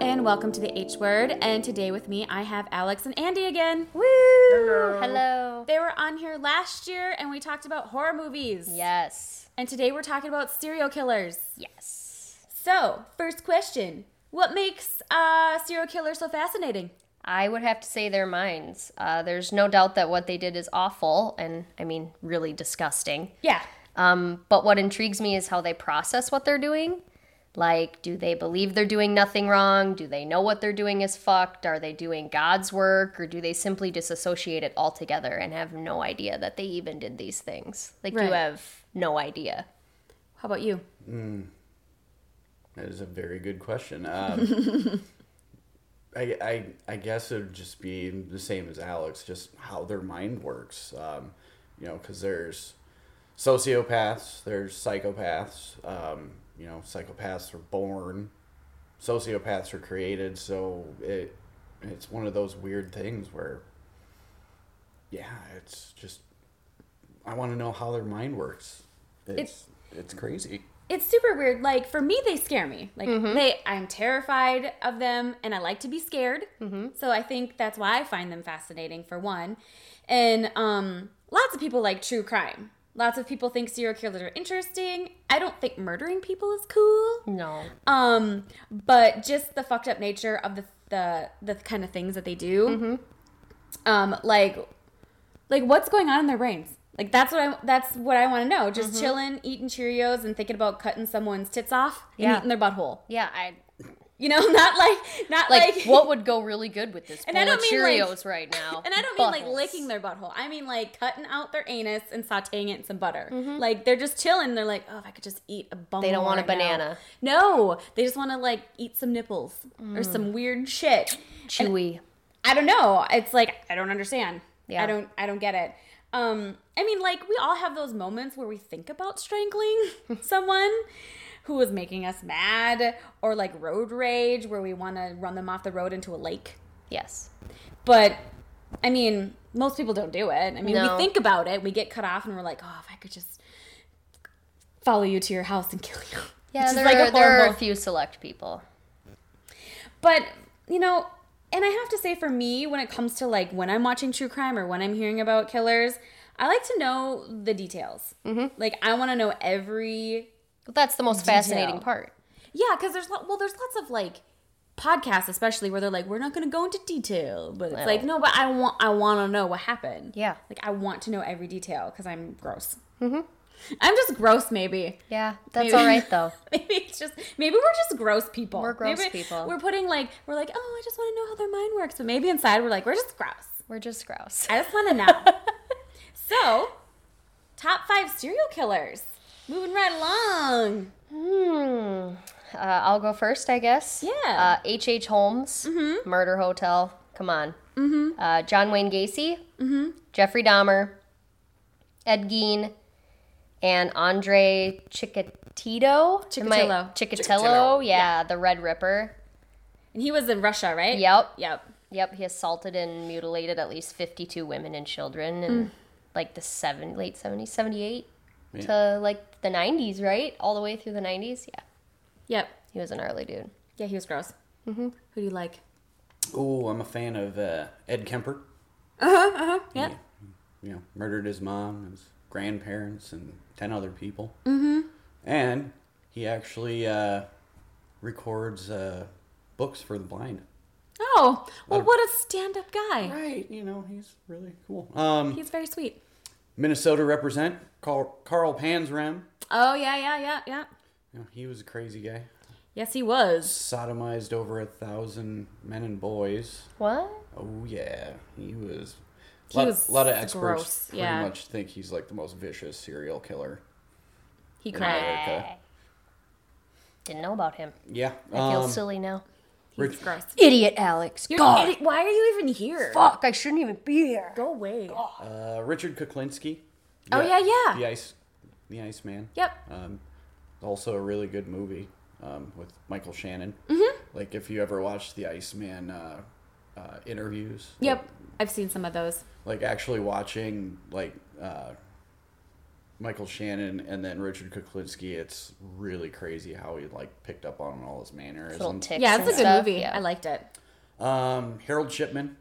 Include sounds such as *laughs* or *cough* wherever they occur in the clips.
and welcome to the H Word. And today with me, I have Alex and Andy again. Woo! Hello. They were on here last year, and we talked about horror movies. Yes. And today we're talking about serial killers. Yes. So, first question: What makes uh, serial killers so fascinating? I would have to say their minds. Uh, there's no doubt that what they did is awful and, I mean, really disgusting. Yeah. Um, but what intrigues me is how they process what they're doing. Like, do they believe they're doing nothing wrong? Do they know what they're doing is fucked? Are they doing God's work? Or do they simply disassociate it altogether and have no idea that they even did these things? Like, Right. you have no idea. How about you? That is a very good question. Um, I, I, I guess it would just be the same as Alex, just how their mind works. Um, you know, because there's sociopaths, there's psychopaths. Um, you know, psychopaths are born, sociopaths are created. So it, it's one of those weird things where, yeah, it's just I want to know how their mind works. It's it's crazy. It's super weird. Like for me, they scare me. Like they, I'm terrified of them, and I like to be scared. So I think that's why I find them fascinating. For one, and um, lots of people like true crime. Lots of people think serial killers are interesting. I don't think murdering people is cool. No. Um, but just the fucked up nature of the the the kind of things that they do. Mm-hmm. Um, like, like what's going on in their brains? Like that's what I that's what I want to know. Just Mm-hmm. chilling, eating Cheerios, and thinking about cutting someone's tits off and Yeah. eating their butthole. Yeah, I You know, *laughs* not like not like, like, what would go really good with this bowl *laughs* And I of don't mean, like- Cheerios right now? *laughs* And I don't mean like licking their butthole. I mean like cutting out their anus and sauteing it in some butter. Like they're just chilling. They're like, oh, if I could just eat a bone. Mm-hmm. They don't want a right now." banana. No, they just want to like eat some nipples Mm. or some weird shit. And chewy. I don't know. It's like I don't understand. Yeah. I don't. I don't get it. Um, I mean, like we all have those moments where we think about strangling *laughs* someone who was making us mad, or like road rage, where we want to run them off the road into a lake. yes. But I mean, most people don't do it. I mean, No. we think about it, we get cut off, and we're like, oh, if I could just follow you to your house and kill you. Yeah, Which is there, like a are, there are a horrible- few select people. But, you know, and I have to say, for me, when it comes to like when I'm watching true crime or when I'm hearing about killers, I like to know the details. Mm-hmm. Like, I want to know every But that's the most fascinating part. Yeah, because there's lot. Well, there's lots of like podcasts, especially where they're like, we're not going to go into detail, but it's Well. like, no, but I want, I want to know what happened. Yeah. like I want to know every detail because I'm gross. Mm-hmm. I'm just gross, maybe. *laughs* Yeah, that's Maybe- all right though. *laughs* Maybe it's just maybe we're just gross people. We're gross Maybe people. We're putting like we're like, oh, I just want to know how their mind works, but maybe inside we're like, we're just gross. We're just gross. I just want to know. so, top five serial killers. Moving right along. *laughs* Hmm. Uh, I'll go first, I guess. Yeah. Uh, H. H. Holmes, Murder Hotel. Come on. Mm-hmm. Uh, John Wayne Gacy, mm-hmm. Jeffrey Dahmer, Ed Gein, and Andre Chikatilo. Am I- Chikatilo. Chikatilo. Yeah, the Red Ripper. And he was in Russia, right? Yep. Yep. Yep. He assaulted and mutilated at least fifty-two women and children in like the seven, late 70s, 78 to like the nineties, right? All the way through the nineties. Yeah, Yep. he was an early dude. Yeah, he was gross. Mm-hmm. Who do you like? Oh, I'm a fan of uh, Ed Kemper. Yep. You know, murdered his mom, his grandparents, and ten other people. Mm-hmm. And he actually uh, records uh, books for the blind. Oh, well, what a stand-up guy. Right. You know, he's really cool. Um, He's very sweet. Minnesota represent Carl, Carl Panzram. Oh yeah, yeah, yeah, yeah. You know, he was a crazy guy. Yes, he was. Sodomized over a thousand men and boys. What? Oh yeah, he was. He lot, was a lot of experts gross, pretty yeah. much think he's like the most vicious serial killer. He in cried. America. Didn't know about him. Yeah. I feel um, silly now. He's gross. Idiot, Alex. You're God, an idiot. Why are you even here? fuck! I shouldn't even be here. Go away. uh, Richard Kuklinski. Oh, yeah, yeah. The Ice, the Ice Man. Yep. Um, also a really good movie um, with Michael Shannon. Mm-hmm. Like if you ever watched the Iceman uh, uh, interviews. Yep. I've seen some of those. Like, like actually watching like uh, Michael Shannon and then Richard Kuklinski, it's really crazy how he like picked up on all his little mannerisms. ticks. Yeah, it's a and good stuff, movie. yeah. I liked it. Um, Harold Shipman,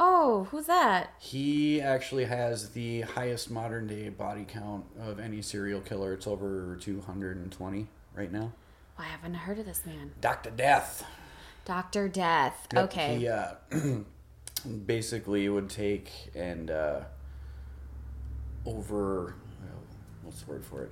Oh, who's that? he actually has the highest modern day body count of any serial killer. It's over 220 right now. I haven't heard of this man. Dr. Death. Dr. Death. Yep, okay. He uh, *clears throat* basically would take and uh, over well, what's the word for it?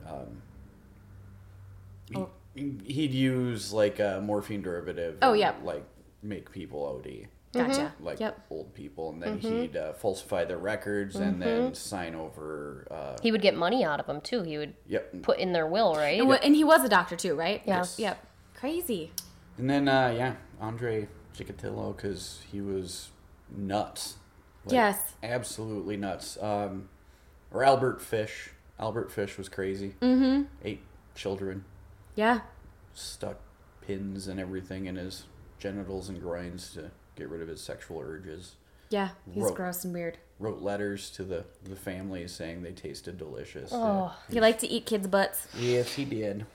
Um, he- He'd use like a morphine derivative. Oh, and, yep. Like make people OD, Gotcha. Mm-hmm. like yep. Mm-hmm. old people, and then he'd uh, falsify their records and then sign over. Uh, He would get money out of them too. He would yep. put in their will, right? And, wa- and he was a doctor too, right? Yeah. Yes. Yep. Crazy. And then uh, yeah, Andre Chicatillo because he was nuts. Like, Yes. absolutely nuts. Um, or Albert Fish. Albert Fish was crazy. Mm-hmm. Eight children Yeah. stuck pins and everything in his genitals and groins to get rid of his sexual urges. Yeah. He's Wrote- gross and weird. Wrote letters to the the family saying they tasted delicious. Oh, He liked to eat kids' butts. Yes, he did.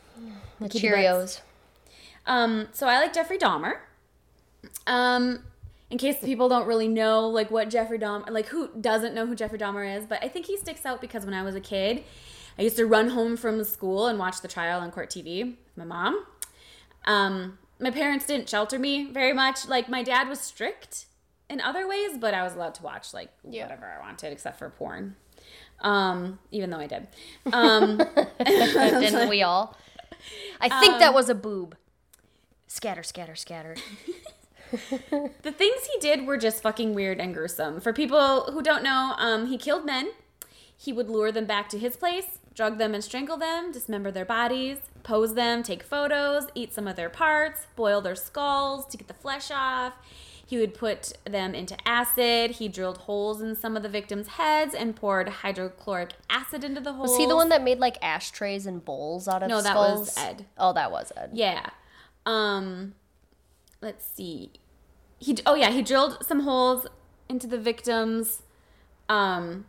the kitty butts. *laughs* Cheerios. Um, so I like Jeffrey Dahmer. Um, in case people don't really know, like what Jeffrey Dahmer, like who doesn't know who Jeffrey Dahmer is, but I think he sticks out because when I was a kid, I used to run home from school and watch the trial on court TV. with My mom, um, my parents didn't shelter me very much. Like my dad was strict in other ways, but I was allowed to watch like whatever I wanted except for porn. Um, even though I did. Um, Didn't we all? I think that was a boob. Um, Scatter, scatter, scatter. the things he did were just fucking weird and gruesome. For people who don't know, um, he killed men. He would lure them back to his place, drug them and strangle them, dismember their bodies, pose them, take photos, eat some of their parts, boil their skulls to get the flesh off. He would put them into acid. He drilled holes in some of the victims' heads and poured hydrochloric acid into the holes. Was he the one that made like ashtrays and bowls out of No, that skulls? was Ed. Oh, that was Ed. Yeah. Um let's see. He oh yeah, he drilled some holes into the victims um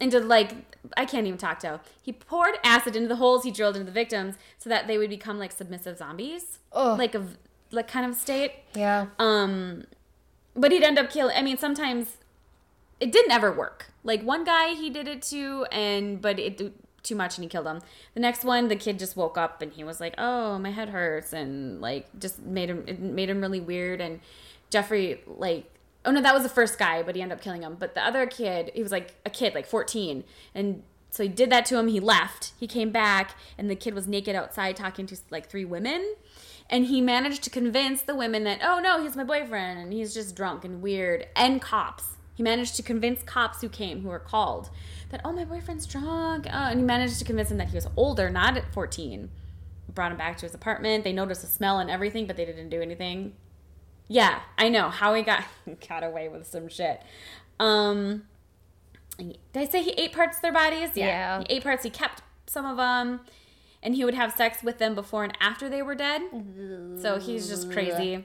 into like I can't even talk to. He poured acid into the holes he drilled into the victims so that they would become like submissive zombies. Ugh. Like a like kind of state. Yeah. Um, but he'd end up killing. I mean, sometimes it didn't ever work. Like one guy, he did it to, and but it d- too much, and he killed him. The next one, the kid just woke up and he was like, "Oh, my head hurts," and like just made him it made him really weird. And Jeffrey, like, oh no, that was the first guy, but he ended up killing him. But the other kid, he was like a kid, like fourteen, and. So he did that to him. He left. He came back, and the kid was naked outside talking to like three women and he managed to convince the women that oh no he's my boyfriend and he's just drunk and weird and cops he managed to convince cops who came who were called that oh my boyfriend's drunk uh, and he managed to convince them that he was older not at 14 brought him back to his apartment they noticed the smell and everything but they didn't do anything yeah i know how he got *laughs* got away with some shit um did i say he ate parts of their bodies Yeah. he ate parts he kept some of them and he would have sex with them before and after they were dead so he's just crazy.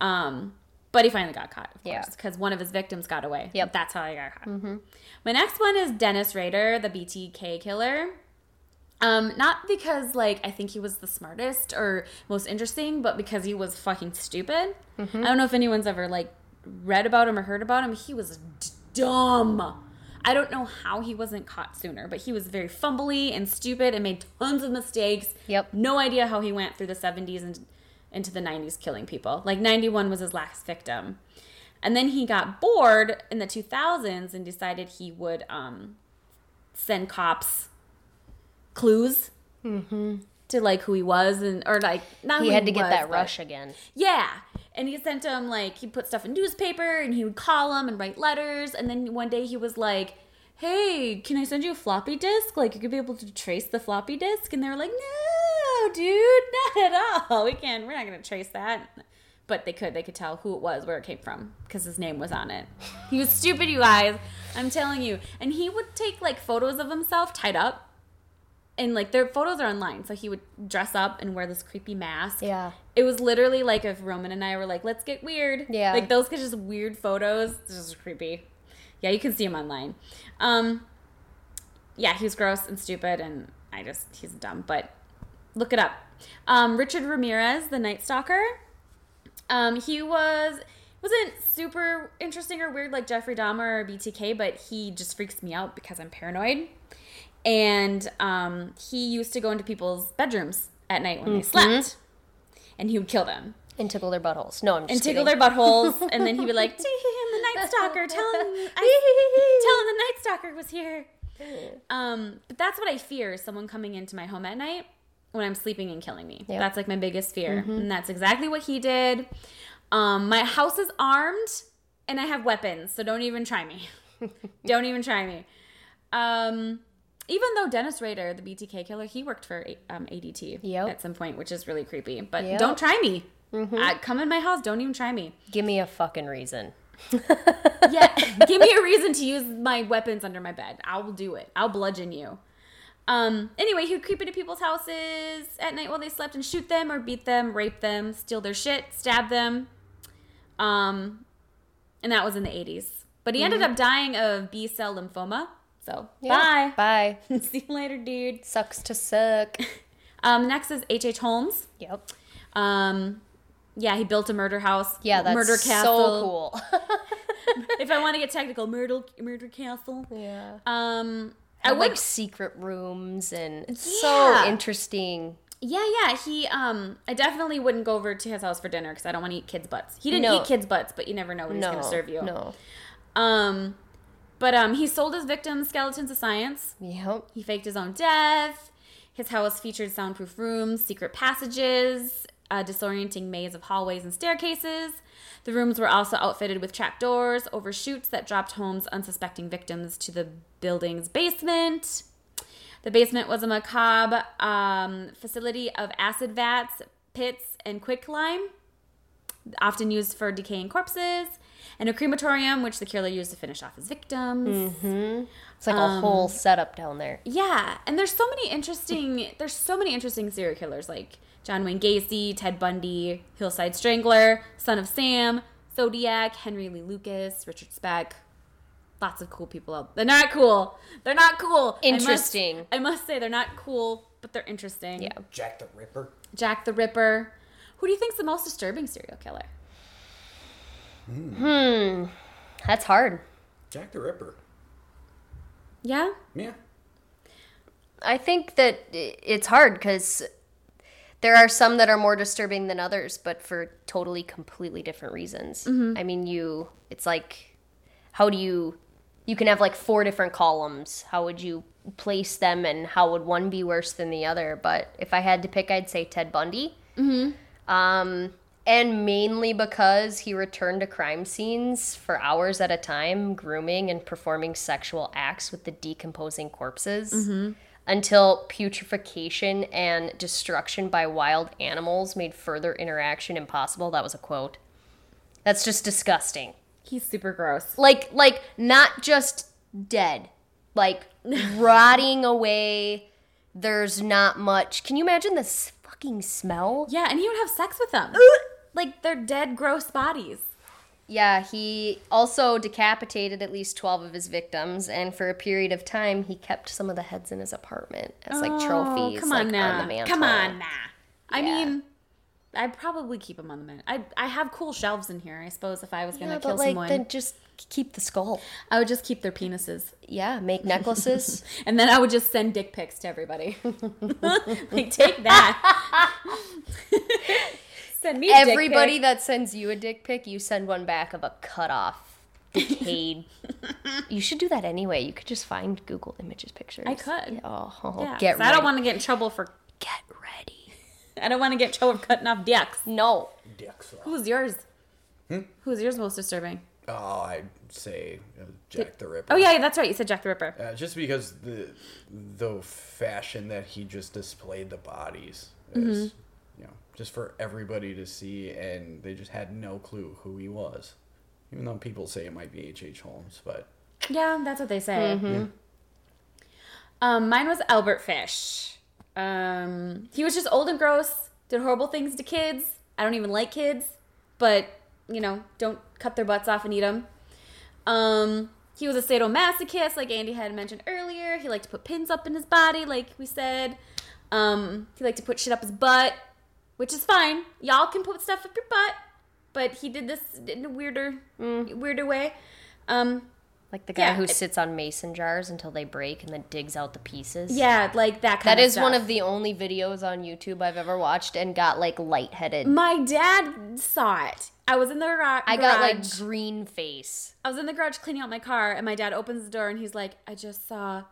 Um, but he finally got caught, of Yeah. course, because one of his victims got away. Yep. That's how he got caught. My next one is Dennis Rader, the BTK killer. Um, not because like I think he was the smartest or most interesting, but because he was fucking stupid. I don't know if anyone's ever like read about him or heard about him. He was d- dumb. I don't know how he wasn't caught sooner, but he was very fumbly and stupid and made tons of mistakes. Yep. No idea how he went through the 70s and into the 90s killing people. Like 91 was his last victim. And then he got bored in the 2000s and decided he would um, send cops clues to like who he was and or like not He who had to get Um, was, that but- rush again. yeah. And he sent him like he put stuff in newspaper and he would call him and write letters and then one day he was like, "Hey, can I send you a floppy disk? Like you could be able to trace the floppy disk." And they were like, "No, dude, not at all. We can't. We're not going to trace that." But they could. They could tell who it was, where it came from, because his name was on it. He was stupid, you guys. I'm telling you. And he would take like photos of himself tied up. And like their photos are online. So he would dress up and wear this creepy mask Yeah. it was literally like if Roman and I were like, let's get weird. Yeah. Like those are just weird photos. This is creepy. Yeah, you can see them online. Um, yeah, he was gross and stupid, and I just he's dumb. But look it up. Um, Richard Ramirez, the Night Stalker. Um, he was wasn't super interesting or weird like Jeffrey Dahmer or BTK, but he just freaks me out because I'm paranoid. And um, he used to go into people's bedrooms at night when they slept, and he would kill them And tickle their buttholes. No, I'm just and tickle kidding. their buttholes, and then he'd be *laughs* like, "Tee, "I'm the Night Stalker. Tell him, I, *laughs* tell him the Night Stalker was here." Um, but that's what I fear: is someone coming into my home at night when I'm sleeping and killing me. Yep. Mm-hmm. That's like my biggest fear, and that's exactly what he did. Um, my house is armed, and I have weapons, so don't even try *laughs* me. don't even try me. Um, even though Dennis Rader, the BTK killer, he worked for um, ADT Yep. at some point, which is really creepy. But Yep. Mm-hmm. don't try me. Uh, come in my house. Don't even try *laughs* me. Give me a fucking reason. Yeah, *laughs* give me a reason to use my weapons under my bed. I will do it. I'll bludgeon you. Um. Anyway, he would creep into people's houses at night while they slept and shoot them or beat them, rape them, steal their shit, stab them. Um, and that was in the '80s. But he ended up dying of B cell lymphoma. So Mm-hmm. Yeah. bye. *laughs* Bye. See you later, dude. Sucks *laughs* to suck. Um. Next is H. H. Holmes. Yep. Um. Yeah, he built a murder house. Yeah, that's murder so cool. *laughs* if I want to get technical, murder murder castle. yeah. Um, I I would. like secret rooms and it's Yeah. so interesting. yeah, yeah. He. Um, I definitely wouldn't go over to his house for dinner because I don't want to eat kids' butts. He didn't No. eat kids' butts, but you never know what he's no, going to serve you. no. Um, but um, he sold his victims skeletons of science. Yep. He faked his own death. His house featured soundproof rooms, secret passages, a disorienting maze of hallways and staircases. The rooms were also outfitted with trapdoors over chutes that dropped Holmes' unsuspecting victims to the building's basement. The basement was a macabre um, facility of acid vats, pits, and quicklime, often used for decaying corpses, and a crematorium, which the killer used to finish off his victims. It's like Um, a whole setup down there. Yeah, and there's so many interesting. There's so many interesting serial killers like John Wayne Gacy, Ted Bundy, Hillside Strangler, Son of Sam, Zodiac, Henry Lee Lucas, Richard Speck. Lots of cool people out. They're not cool. They're not cool. I must- Interesting. I must, say they're not cool, but they're interesting. Yeah. Jack the Ripper. Jack the Ripper. Who do you think's the most disturbing serial killer? That's hard. Jack the Ripper. Yeah. Yeah. I think that i- it's hard because there are some that are more disturbing than others, but for totally, completely different reasons. I mean, you, it's like, how do you, you can have like four different columns. How would you place them and how would one be worse than the other? But if I had to pick, I'd say Ted Bundy. Um, and mainly because he returned to crime scenes for hours at a time, grooming and performing sexual acts with the decomposing corpses until putrefaction and destruction by wild animals made further interaction impossible. That was a quote. That's just disgusting. He's super gross. Like like not just dead, like *laughs* rotting away. There's not much. Can you imagine this fucking smell? Yeah, and he would have sex with them. like they're dead, gross bodies. Yeah, he also decapitated at least 12 of his victims, and for a period of time, he kept some of the heads in his apartment as like trophies. Oh, Come like, on now. the mantle. Come on now. I Yeah. mean, I probably keep them on the mantle. I I have cool shelves in here. I suppose if I was gonna Yeah, kill but like, someone, then just keep the skull. I would just keep their penises, Yeah, make *laughs* necklaces. and then I would just send dick pics to everybody. *laughs* like take that. *laughs* send me a dick pic. Everybody that sends you a dick pic, you send one back of a cut off, *laughs* decayed. you should do that anyway. You could just find Google Images pictures. I could. Yeah, Oh, Yeah, get 'cause ready. I don't want to get in trouble for. get ready. I don't want to get in trouble for cutting off dicks. No. Dicks. Who's yours? Who's yours most disturbing? Oh, I'd say uh, Jack the Ripper. Oh yeah, that's right. You said Jack the Ripper. Uh, just because the the fashion that he just displayed the bodies is, Mm-hmm. you know, just for everybody to see, and they just had no clue who he was. Even though people say it might be H. H. Holmes, but Yeah, that's what they say. Um, mine was Albert Fish. Um, he was just old and gross, did horrible things to kids. I don't even like kids, but you know, don't cut their butts off and eat them. Um, He was a sadomasochist, like Andy had mentioned earlier. He liked to put pins up in his body, like we said. Um, he liked to put shit up his butt, which is fine. Y'all can put stuff up your butt, but he did this in a weirder, weirder way. Um, Like the guy Yeah, who it- sits on mason jars until they break and then digs out the pieces. yeah, like that kind That of is one stuff. of the only videos on YouTube I've ever watched and got like lightheaded. My dad saw it. I was in the garage. I got like green face. I was in the garage cleaning out my car, and my dad opens the door and he's like, I just saw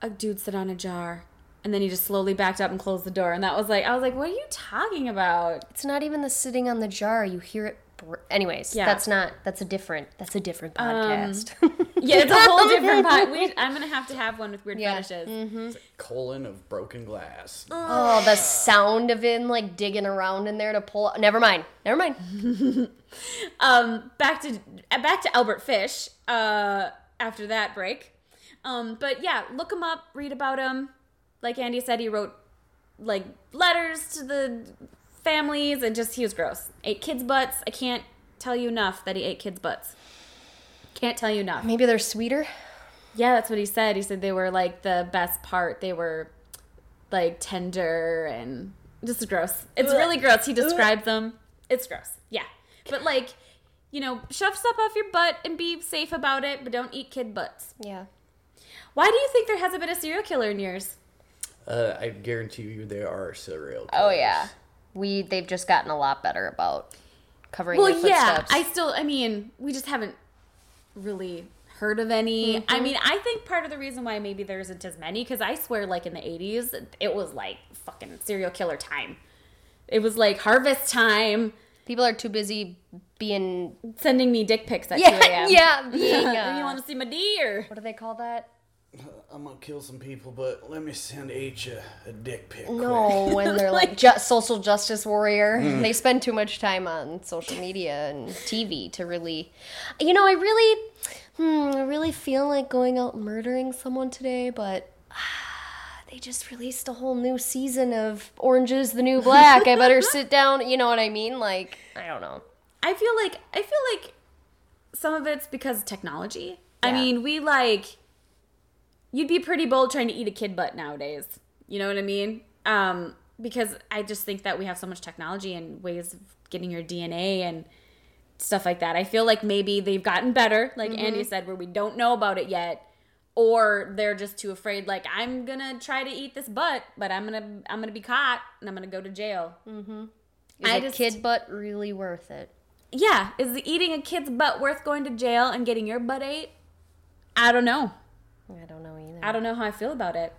a dude sit on a jar. And then he just slowly backed up and closed the door. And that was like, I was like, what are you talking about? It's not even the sitting on the jar. You hear it. Br- Anyways, Yeah. that's not. That's a different. That's a different podcast. *laughs* Yeah, it's a whole different pot. We, I'm going to have to have one with weird Yeah. fetishes. colon of broken glass. oh, the sound of him like digging around in there to pull. Never mind. Never mind. Um, back to uh, back to Albert Fish uh, after that break. Um, but yeah, look him up, read about him. Like Andy said, he wrote like letters to the families, and just he was gross. Ate kids' butts. I can't tell you enough that he ate kids' butts. Can't tell you enough. Maybe they're sweeter. Yeah, that's what he said. He said they were like the best part. They were like tender and just gross. It's really gross. He described them. It's gross. Yeah. But like, you know, shove stuff off your butt and be safe about it, but don't eat kid butts. Yeah. Why do you think there hasn't been a serial killer in years? Uh, I guarantee you there are cereal. Oh yeah. We they've just gotten a lot better about covering Well, their yeah. footsteps. I still, I mean, we just haven't really heard of any. Mm-hmm. I mean, I think part of the reason why maybe there isn't as many, because I swear, like in the 80s, it was like fucking serial killer time. It was like harvest time, People are too busy being sending me dick pics at 2 yeah a.m. *laughs* yeah being You uh, want to see my D or? what do they call that? I'm gonna kill some people, but let me send H a, a dick pic. No, *laughs* when they're like ju- social justice warrior, they spend too much time on social media and TV to really, you know, I really, hmm, I really feel like going out murdering someone today, but. *sighs* ah, They just released a whole new season of Orange is the New Black. *laughs* I better sit down. You know what I mean? Like, I don't know. I feel like I feel like some of it's because of technology. I Yeah. mean, we like you'd be pretty bold trying to eat a kid butt nowadays. You know what I mean? Um, because I just think that we have so much technology and ways of getting your DNA and stuff like that. I feel like maybe they've gotten better, like Andy said, where we don't know about it yet. Or they're just too afraid, like, I'm gonna try to eat this butt, but I'm gonna I'm gonna be caught and I'm gonna go to jail. Is I a just- kid butt really worth it? yeah, is the eating a kid's butt worth going to jail and getting your butt ate? I don't know. I don't know either. I don't know how I feel about it.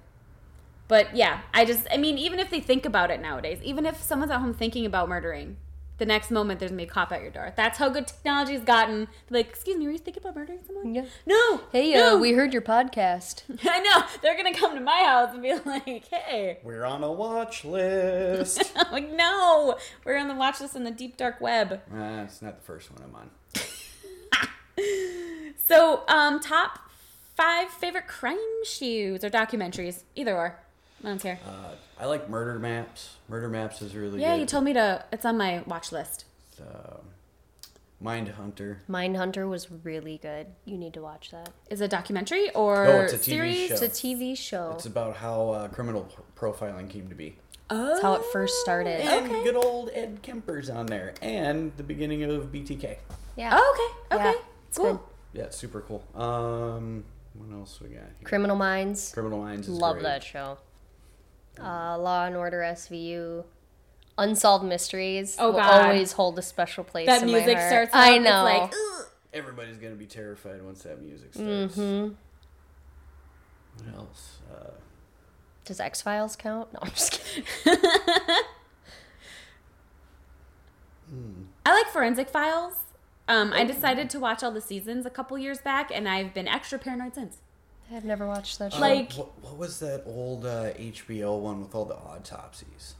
But yeah, I just, I mean, even if they think about it nowadays, even if someone's at home thinking about murdering, the next moment there's gonna be a cop at your door. That's how good technology's gotten. Like, excuse me, were you thinking about murdering someone? Yeah. No. Hey, uh, no. we heard your podcast. *laughs* I know they're gonna come to my house and be *laughs* like, hey. We're on a watch *laughs* list. I'm like, no, we're on the watch list in the deep dark web. uh, it's not the first one I'm on. So, um, top five favorite crime shoes or documentaries, either or. I don't care. Uh, I like murder maps. Murder maps is really yeah, good. you told me to. It's on my watch list. um, Mind Hunter. Mindhunter was really good. You need to watch that. Is it a documentary or No, it's a TV series? show. It's a TV show. It's about how uh, criminal p- profiling came to be. Oh, That's how it first started. And good old Ed Kemper's on there, and the beginning of BTK. Yeah. Oh, okay, okay, Yeah, it's cool. good. Yeah, it's super cool. Um, what else we got? Here? Criminal Minds. Criminal Minds. Is Love great. that show. Uh, Law and Order SVU. Unsolved Mysteries Oh, will God. always hold a special place That in my music heart. starts. Out, I know. It's like, "Ugh." Everybody's gonna be terrified once that music starts. Mm-hmm. What else? Uh, Does X Files count? No, I'm just kidding. I like Forensic Files. Um, I decided to watch all the seasons a couple years back, and I've been extra paranoid since. I've never watched that show. Like- wh- what, was that old uh, HBO one with all *laughs* the autopsies?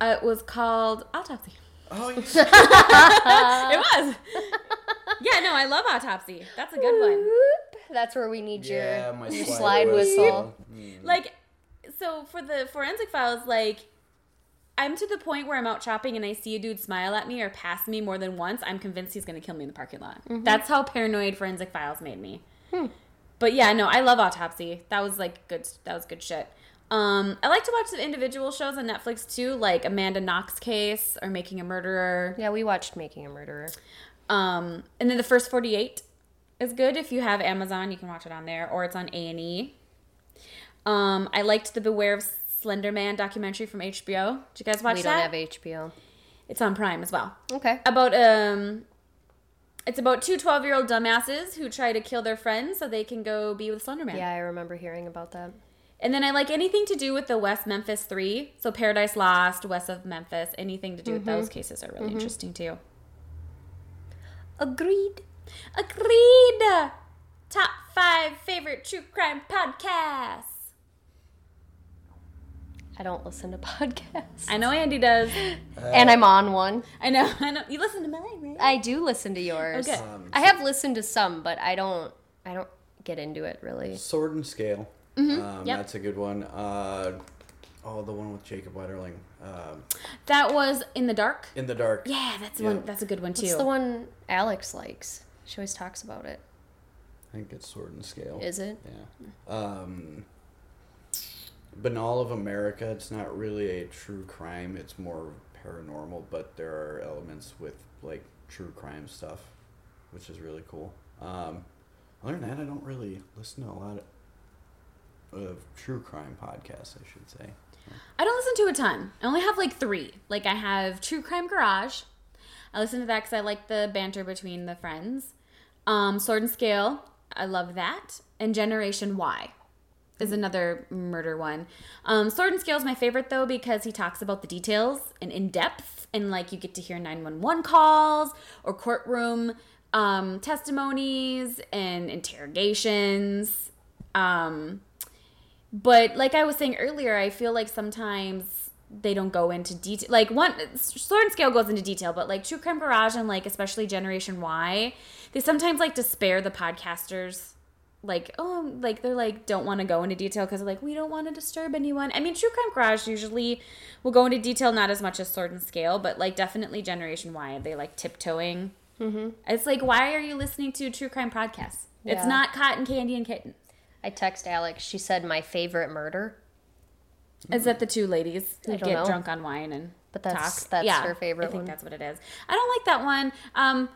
Uh, it was called Autopsy. Oh, yeah. it was. *laughs* yeah, no, I love Autopsy. That's a good one. Whoop. That's where we need yeah your, my your slide whistle. like so for the forensic files like I'm to the point where I'm out shopping and I see a dude smile at me or pass me more than once, I'm convinced he's going to kill me in the parking lot. That's how paranoid Forensic Files made me. But yeah, no, I love Autopsy. That was like good. That was good shit. Um, I like to watch the individual shows on Netflix too, like Amanda Knox Case or Making a Murderer. Yeah, we watched Making a Murderer. Um, and then the first 48 is good. If you have Amazon, you can watch it on there, or it's on A and E. Um, I liked the Beware of Slender Man documentary from HBO. Did you guys watch We that? don't have HBO. It's on Prime as well. Okay. About um, it's about two 12 year old dumbasses who try to kill their friends so they can go be with Slender Man. Yeah, I remember hearing about that. And then I like anything to do with the West Memphis Three, so Paradise Lost, West of Memphis. Anything to do with Mm-hmm. those cases are really interesting too. Agreed. Agreed. Top five favorite true crime podcasts. I don't listen to *laughs* podcasts. I know Andy does. and I'm on one. I know. I know. You listen to mine, right? I do listen to yours. Okay. Um, I have listened to some, but I don't I don't get into it really. Sword and Scale. um, Mm-hmm. yep. That's a good one. Uh, oh, the one with Jacob Wetterling. Um, That was in the dark. In the Dark. Yeah, that's Yeah. one. That's a good one too. It's the one Alex likes. She always talks about it. I think it's Sword and Scale. Is it? Yeah. Um, Banal of America. It's not really a true crime. It's more paranormal, but there are elements with like true crime stuff, which is really cool. Um, other than that, I don't really listen to a lot of, of true crime podcasts. I should say. I don't listen to a ton. I only have like three. Like I have True Crime Garage. I listen to that because I like the banter between the friends. Um, Sword and Scale. I love that. And Generation Y is another murder one. Um, Sword and Scale is my favorite though because he talks about the details and in depth, and like you get to hear 911 calls or courtroom um, testimonies and interrogations. Um, but like I was saying earlier, I feel like sometimes they don't go into detail. Like one Sword and Scale goes into detail, but like True Crime Garage and like especially Generation Y, they sometimes like despair the podcasters. Like oh, like they're like don't want to go into detail because like we don't want to disturb anyone. I mean, True Crime Garage usually will go into detail not as much as Sword and Scale, but like definitely Generation Y, they like tiptoeing. It's like why are you listening to true crime podcasts? It's Yeah. not cotton candy and kittens. I text Alex. She said my favorite murder, Is that the two ladies I that don't get know. drunk on wine and But that's- talk? that's her favorite I think one. that's what it is. I don't like that one. Um,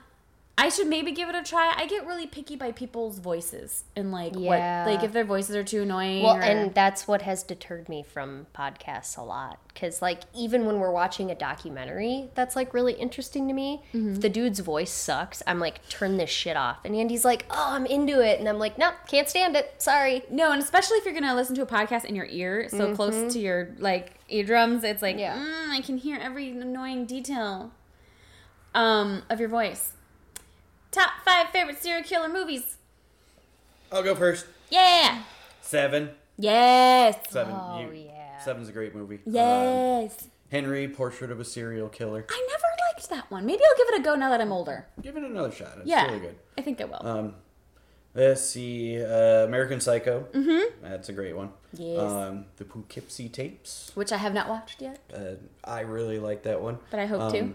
I should maybe give it a try. I get really picky by people's voices and like Yeah. what, like if their voices are too annoying. Well, or- and that's what has deterred me from podcasts a lot. Because, like, even when we're watching a documentary that's, like, really interesting to me, if the dude's voice sucks, I'm like, turn this shit off. And Andy's like, oh, I'm into it. And I'm like, nope, can't stand it. Sorry. no, and especially if you're gonna listen to a podcast in your ear, so close to your like eardrums, it's like Mm-hmm. Yeah. mm, I can hear every annoying detail um of your voice. Top five favorite serial killer movies. I'll go first. Yeah. Seven. Yes. Seven. Oh, you- yeah. Seven's a great movie. Um, Yes. Henry, Portrait of a Serial Killer. I never liked that one. Maybe I'll give it a go now that I'm older. Give it another shot. It's Yeah, really good. I think I will. Um, let's see. Uh, American Psycho. Mm-hmm. That's a great one. Yes. Um, the Poughkeepsie Tapes. Which I have not watched yet. Uh, I really like that one. But I hope to.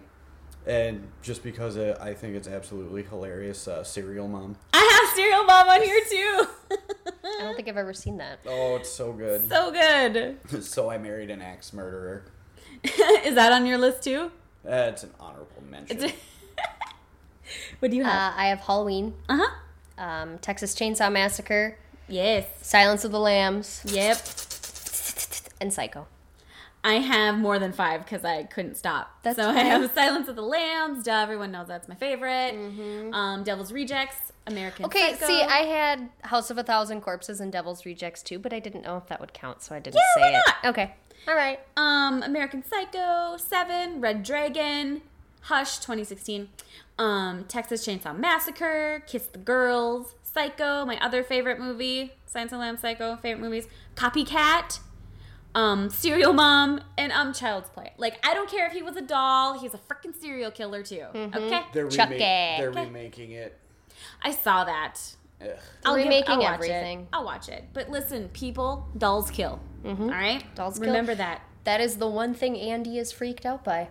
And just because uh, I think it's absolutely hilarious, uh, Serial Mom. I have Serial Mom on here too. *laughs* I don't think I've ever seen that. Oh, it's so good. *laughs* so good. *laughs* So, I married an axe murderer. Is that on your list too? *laughs* That's an honorable mention. What do you have? Uh, I have Halloween, Uh huh. um, Texas Chainsaw Massacre, Yes. Silence of the Lambs, Yep. and Psycho. I have more than five because I couldn't stop. That's so *laughs* I fine. have Silence of the Lambs. Duh, everyone knows that's my favorite. Um, Devil's Rejects. American. Mm-hmm. Okay, Psycho. see, I had House of a Thousand Corpses and Devil's Rejects too, but I didn't know if that would count, so I didn't Yeah, say why it. not? Okay. All right. um American Psycho 7, Red Dragon, Hush 2016, um Texas Chainsaw Massacre, Kiss the Girls, Psycho, my other favorite movie, Science of the Lamb Psycho, favorite movies, Copycat, um Serial Mom, and um Child's Play. Like I don't care if he was a doll, he's a freaking serial killer too. Mm-hmm. Okay? They're, Chuck remake- it. they're remaking it. I saw that. Ugh. I'll give- Remaking I'll watch everything. Mm-hmm. It. I'll watch it. But listen, people, dolls kill. All right? Dolls kill. Remember that. That is the one thing Andy is freaked out by.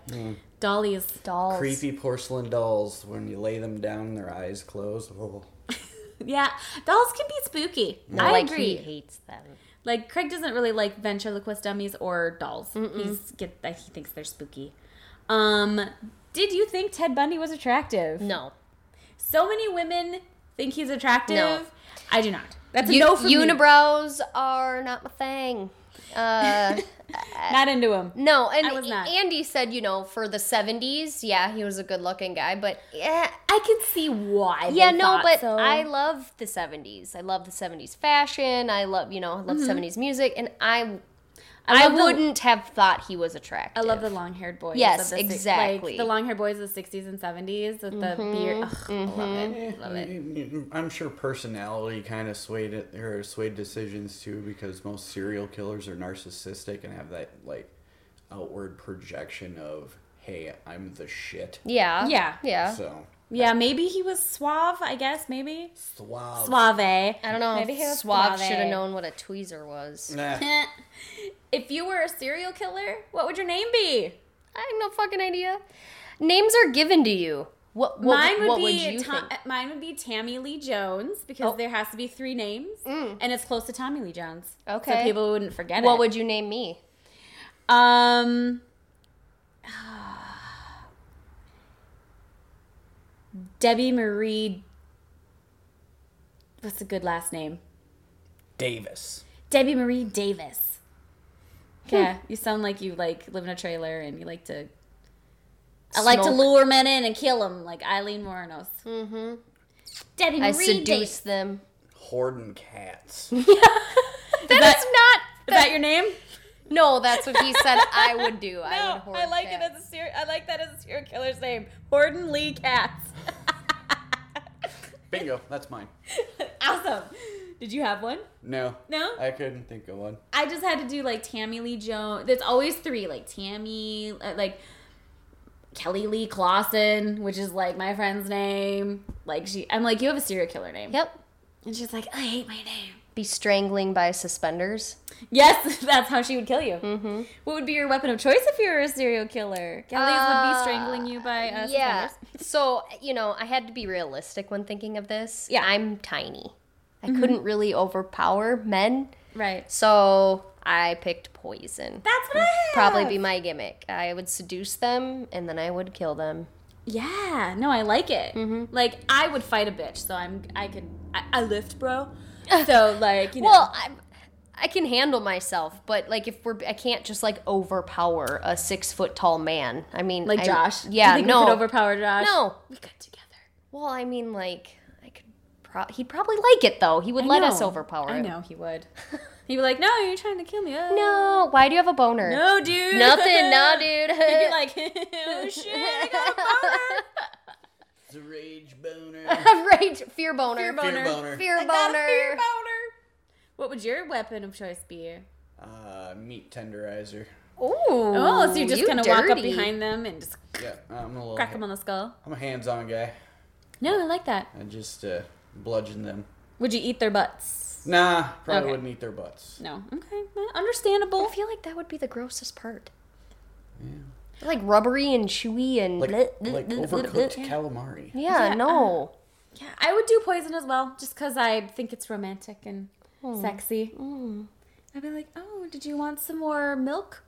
Dolly's. Dolls. Creepy porcelain dolls. When you lay them down, their eyes closed. Oh. Yeah, dolls can be spooky. I like agree. he hates them. Like Craig doesn't really like ventriloquist dummies or dolls. He's get that he thinks they're spooky. Um, did you think Ted Bundy was attractive? No. So many women think he's attractive. No. I do not. That's a U- no for me. unibrows are not my thing. *laughs* Uh, Not into him. no, and was not. Andy said, you know, for the 70s, yeah, he was a good looking guy, but yeah, I can see why. they Yeah, no, thought but so. I love the 70s. I love the 70s fashion. I love, you know, I love 70s music and I I, Mm-hmm. love the- wouldn't have thought he was attractive. I love the long haired boys. Yes, of the, six- exactly. Mm-hmm, Like, the long haired boys of the sixties and seventies with the beard. Ugh, I love it. Love it. I'm sure personality kind of swayed it or swayed decisions too, because most serial killers are narcissistic and have that like outward projection of, "Hey, I'm the shit." Yeah. Yeah. Yeah. So Yeah, maybe he was suave. I guess maybe suave. suave. I don't know. Maybe he was Suave suave. should have known what a tweezer was. Nah. Uh, if you were a serial killer, what would your name be? I have no fucking idea. Names are given to you. What what, mine would what be you Ta- think? mine would be Tammy Lee Jones because Oh. Mm. there has to be three names, and it's close to Tommy Lee Jones. Oh, Okay. so uh, people wouldn't forget What it. would you name me? Um. *sighs* Debbie Marie. What's a good last name? Davis. Debbie Marie Davis. Hmm. Yeah, you sound like you like live in a trailer and you like to. I like to Smoke. lure men in and kill them, like Eileen Morenos. Mm-hmm. Debbie Marie I seduce Davis. them. Hoarding cats. That that- is not Is that your *laughs* name? No, that's what he said I would do. *laughs* I would hoard cats. a serial. I like that as a serial killer's name, Horton Lee Katz. Bingo. That's mine. *laughs* awesome. Did you have one? No. No? I couldn't think of one. I just had to do like Tammy Lee Jones. There's always three, like Tammy, uh, like Kelly Lee Clausen, which is like my friend's name. Like she, I'm like, you have a serial killer name, Yep. and she's like, I hate my name. Be strangling by suspenders. Yes, *laughs* that's how she would kill you. Mm-hmm. What would be your weapon of choice if you were a serial killer? Kelly's would Uh, be strangling you by uh, yeah. suspenders. *laughs* So, you know, I had to be realistic when thinking of this. Yeah. I'm tiny. I couldn't really overpower men. right. So I picked poison. That's what I have. Probably be my gimmick. I would seduce them and then I would kill them. Yeah, no, I like it. Mm-hmm. Like I would fight a bitch, so I'm I could I, I lift, *laughs* bro. So like you know, Well, I'm, I can handle myself, but like if we're, I can't just like overpower a six foot tall man. I mean, like I- Josh. Yeah, you think no, we could overpower Josh. no. we got together. Well, I mean, like I could. Pro- he'd probably like it though. He would I let know. us overpower I him. know he *laughs* would. He'd be like, "No, you're trying to kill me." Oh, No, why do you have a boner? no, dude, *laughs* Nothing, no, He'd dude. *laughs* be like, "Oh shit, I got a boner." It's a rage boner. right, fear boner. Fear boner. Fear boner. Fear I got a fear boner. boner. What would your weapon of choice be? Uh, meat tenderizer. Ooh, Oh, so you just kind of walk up dirty. behind them and just Yeah, I'm a little. crack them on the skull. I'm a hands-on guy. No, I like that. I just uh, bludgeon them. Would you eat their butts? Nah, probably Okay. wouldn't eat their butts. No. Okay. well, Understandable. I feel like that would be the grossest part. Like rubbery and chewy and Like, bleh, bleh, like bleh, bleh, overcooked bleh. calamari. Yeah, Yeah, no. Yeah, I would do poison as well, just because I think it's romantic and Hmm. sexy. I'd be like, oh, did you want some more milk?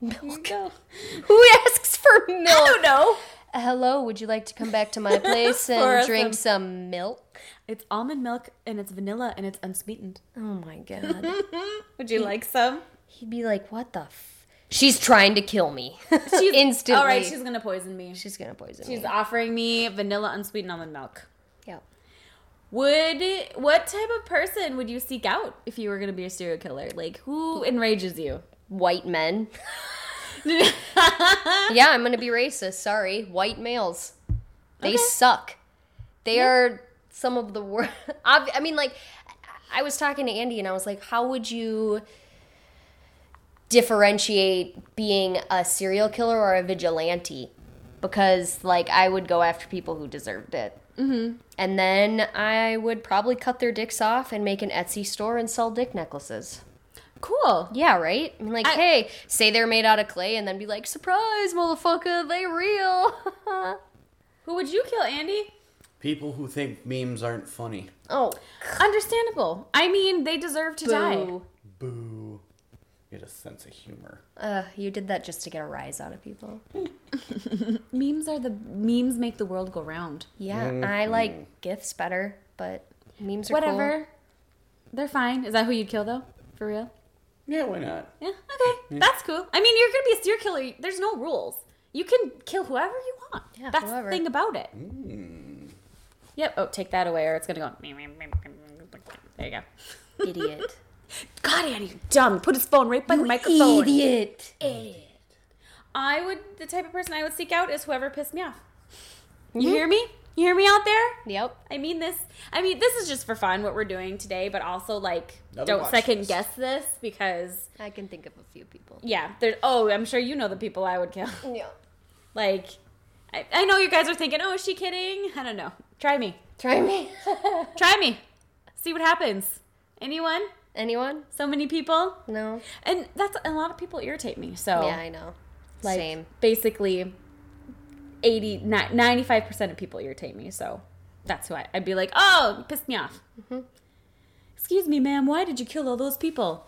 Milk. Here you go. *laughs* Who asks for milk? no. Hello, would you like to come back *laughs* to my place For um, and drink some- some milk? It's almond milk and it's vanilla and it's unsweetened. *laughs* Oh my god. Would you like *laughs* some? He'd be like, "What the? F- she's trying to kill me *laughs* instantly. All right, she's gonna poison me. she's gonna poison She's me." offering me vanilla unsweetened almond milk. Yeah. Would what type of person would you seek out if you were gonna be a serial killer? Like who enrages you? *laughs* White men. yeah, I'm gonna be racist. Sorry, white males. They Okay. suck. They are some of the *laughs* worst. I mean, like, I was talking to Andy, and I was like, "How would you?" differentiate being a serial killer or a vigilante because like I would go after people who deserved it. Mm-hmm. And then I would probably cut their dicks off and make an Etsy store and sell dick necklaces. cool. Yeah, right? I mean, like, I- hey, say they're made out of clay and then be like, surprise, motherfucker, they real. *laughs* Who would you kill, Andy? People who think memes aren't funny. oh, Understandable. I mean, they deserve to die. boo. Boo. Get a sense of humor. Uh, you did that just to get a rise out of people. Memes are the memes make the world go round. Yeah, I like GIFs better, but memes are Whatever. cool. They're fine. Is that who you'd kill though? For real? Yeah, why not? Yeah. Okay. That's cool. I mean, you're gonna be a serial killer. There's no rules. You can kill whoever you want. Yeah, That's the whoever. thing about it. Yep. Oh, take that away, or it's gonna go. There you go. Idiot. God, Andy, you're dumb. Put his phone right by the microphone. Idiot. I would. The type of person I would seek out is whoever pissed me off. Mm-hmm. You hear me? You hear me out there? Yep. I mean this. I mean this is just for fun what we're doing today, but also like Another don't watch second list. guess this because I can think of a few people. yeah, there's. Oh, I'm sure you know the people I would kill. *laughs* Yeah. Like, I, I know you guys are thinking, oh, is she kidding? I don't know. Try me. Try me. *laughs* Try me. See what happens. Anyone? Anyone? So many people, No. and that's a lot of people irritate me. So Yeah, I know. like, Same. Basically, 80, ni- 95% of people irritate me. So that's why I'd be like, oh, you pissed me off. Mm-hmm. Excuse me, ma'am. Why did you kill all those people?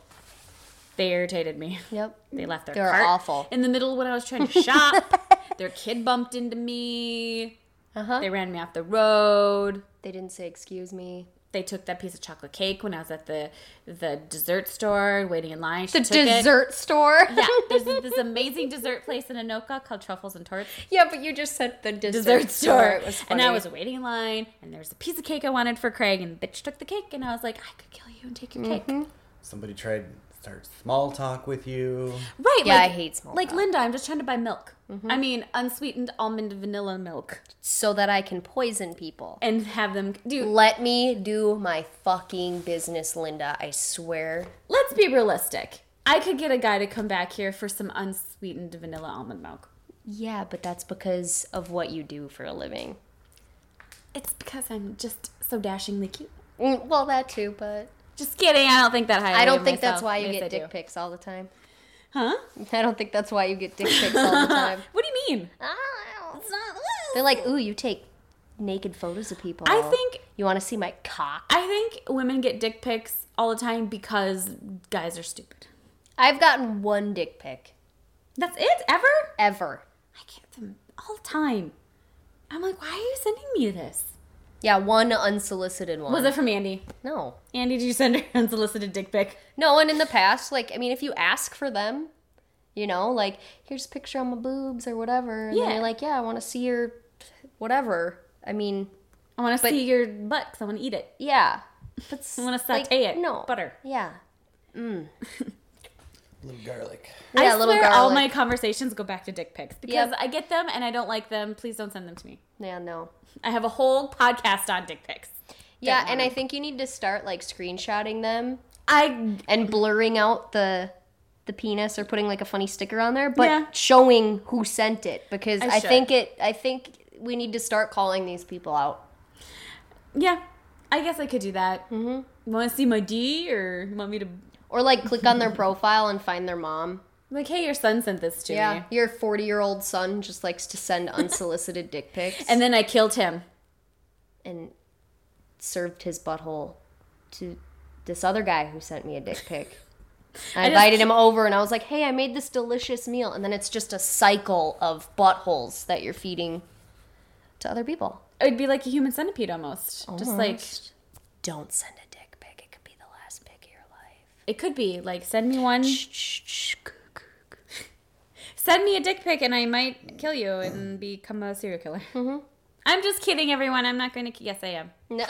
They irritated me. *laughs* Yep. They left their They're cart awful. in the middle when I was trying *laughs* to shop. their kid bumped into me. Uh huh. They ran me off the road. They didn't say excuse me. They took that piece of chocolate cake when I was at the the dessert store waiting in line. She The took it. dessert store. Yeah, there's this amazing dessert place in Anoka called Truffles and Torts. *laughs* yeah, but you just said the dessert, dessert store. It was and I funny. was waiting in line, and there was a piece of cake I wanted for Craig, and the bitch took the cake, and I was like, I could kill you and take your cake. Mm-hmm. Somebody tried to start small talk with you. Right? Yeah, like, I hate Mm-hmm. small Like talk. Linda, I'm just trying to buy milk. I mean, unsweetened almond vanilla milk, so that I can poison people. and have them do. Let me do my fucking business, Linda. I swear. Let's be realistic. I could get a guy to come back here for some unsweetened vanilla almond milk. Yeah, but that's because of what you do for a living. It's because I'm just so dashingly cute. Mm, Well, that too, but Just kidding. I don't think that highly. I don't of think that's myself. why you Yes, I get dick do. pics all the time. *laughs* Huh? I don't think that's why you get dick pics all *laughs* the time. What do you mean? Ah, They're like, ooh, you take naked photos of people. I think- you want to see my cock. I think women get dick pics all the time because guys are stupid. I've gotten one dick pic That's it? Ever? ever. I get them all the time. I'm like, why are you sending me this? Yeah, one unsolicited one. Was it from Andy? no, Andy, did you send her *laughs* unsolicited dick pic? no. And in the past, like, I mean, if you ask for them, you know, like, here's a picture on my boobs or whatever. And Yeah. then you're like, yeah, I want to see your whatever. I mean, I want to see your butt 'cause I want to eat it. yeah. *laughs* But I want to saute it. No Butter. Yeah. little garlic. Yeah, I a little swear all garlic. my conversations go back to dick pics because Yep. I get them and I don't like them. Please don't send them to me. Yeah. No. I have a whole podcast on dick pics. Yeah, Don't and wanna. I think you need to start like screenshotting them I and blurring out the the penis or putting like a funny sticker on there, but Yeah. showing who sent it because I I, should. think it I think we need to start calling these people out. yeah, I guess I could do that. Mm-hmm. Want to see my D or you want me to Or like click on *laughs* their profile and find their mom. like? Hey, your son sent this to me. Yeah. Your 40-year-old son just likes to *laughs* send unsolicited dick pics And then I killed him. and served his butthole to this other guy who sent me a *laughs* dick pic. just I, invited keep- him over and I was like, hey, I made this delicious meal. And then it's just a cycle of buttholes that you're feeding to other people. It would be like a human centipede almost. Just like Don't send a dick pic. It could be the last pic of your life. it could be like send me one, Shh, shh, shh, goo, goo, goo. send me a dick pic, and I might kill you and become a serial killer. I'm just kidding, everyone. I'm not going to. Yes, I am. No.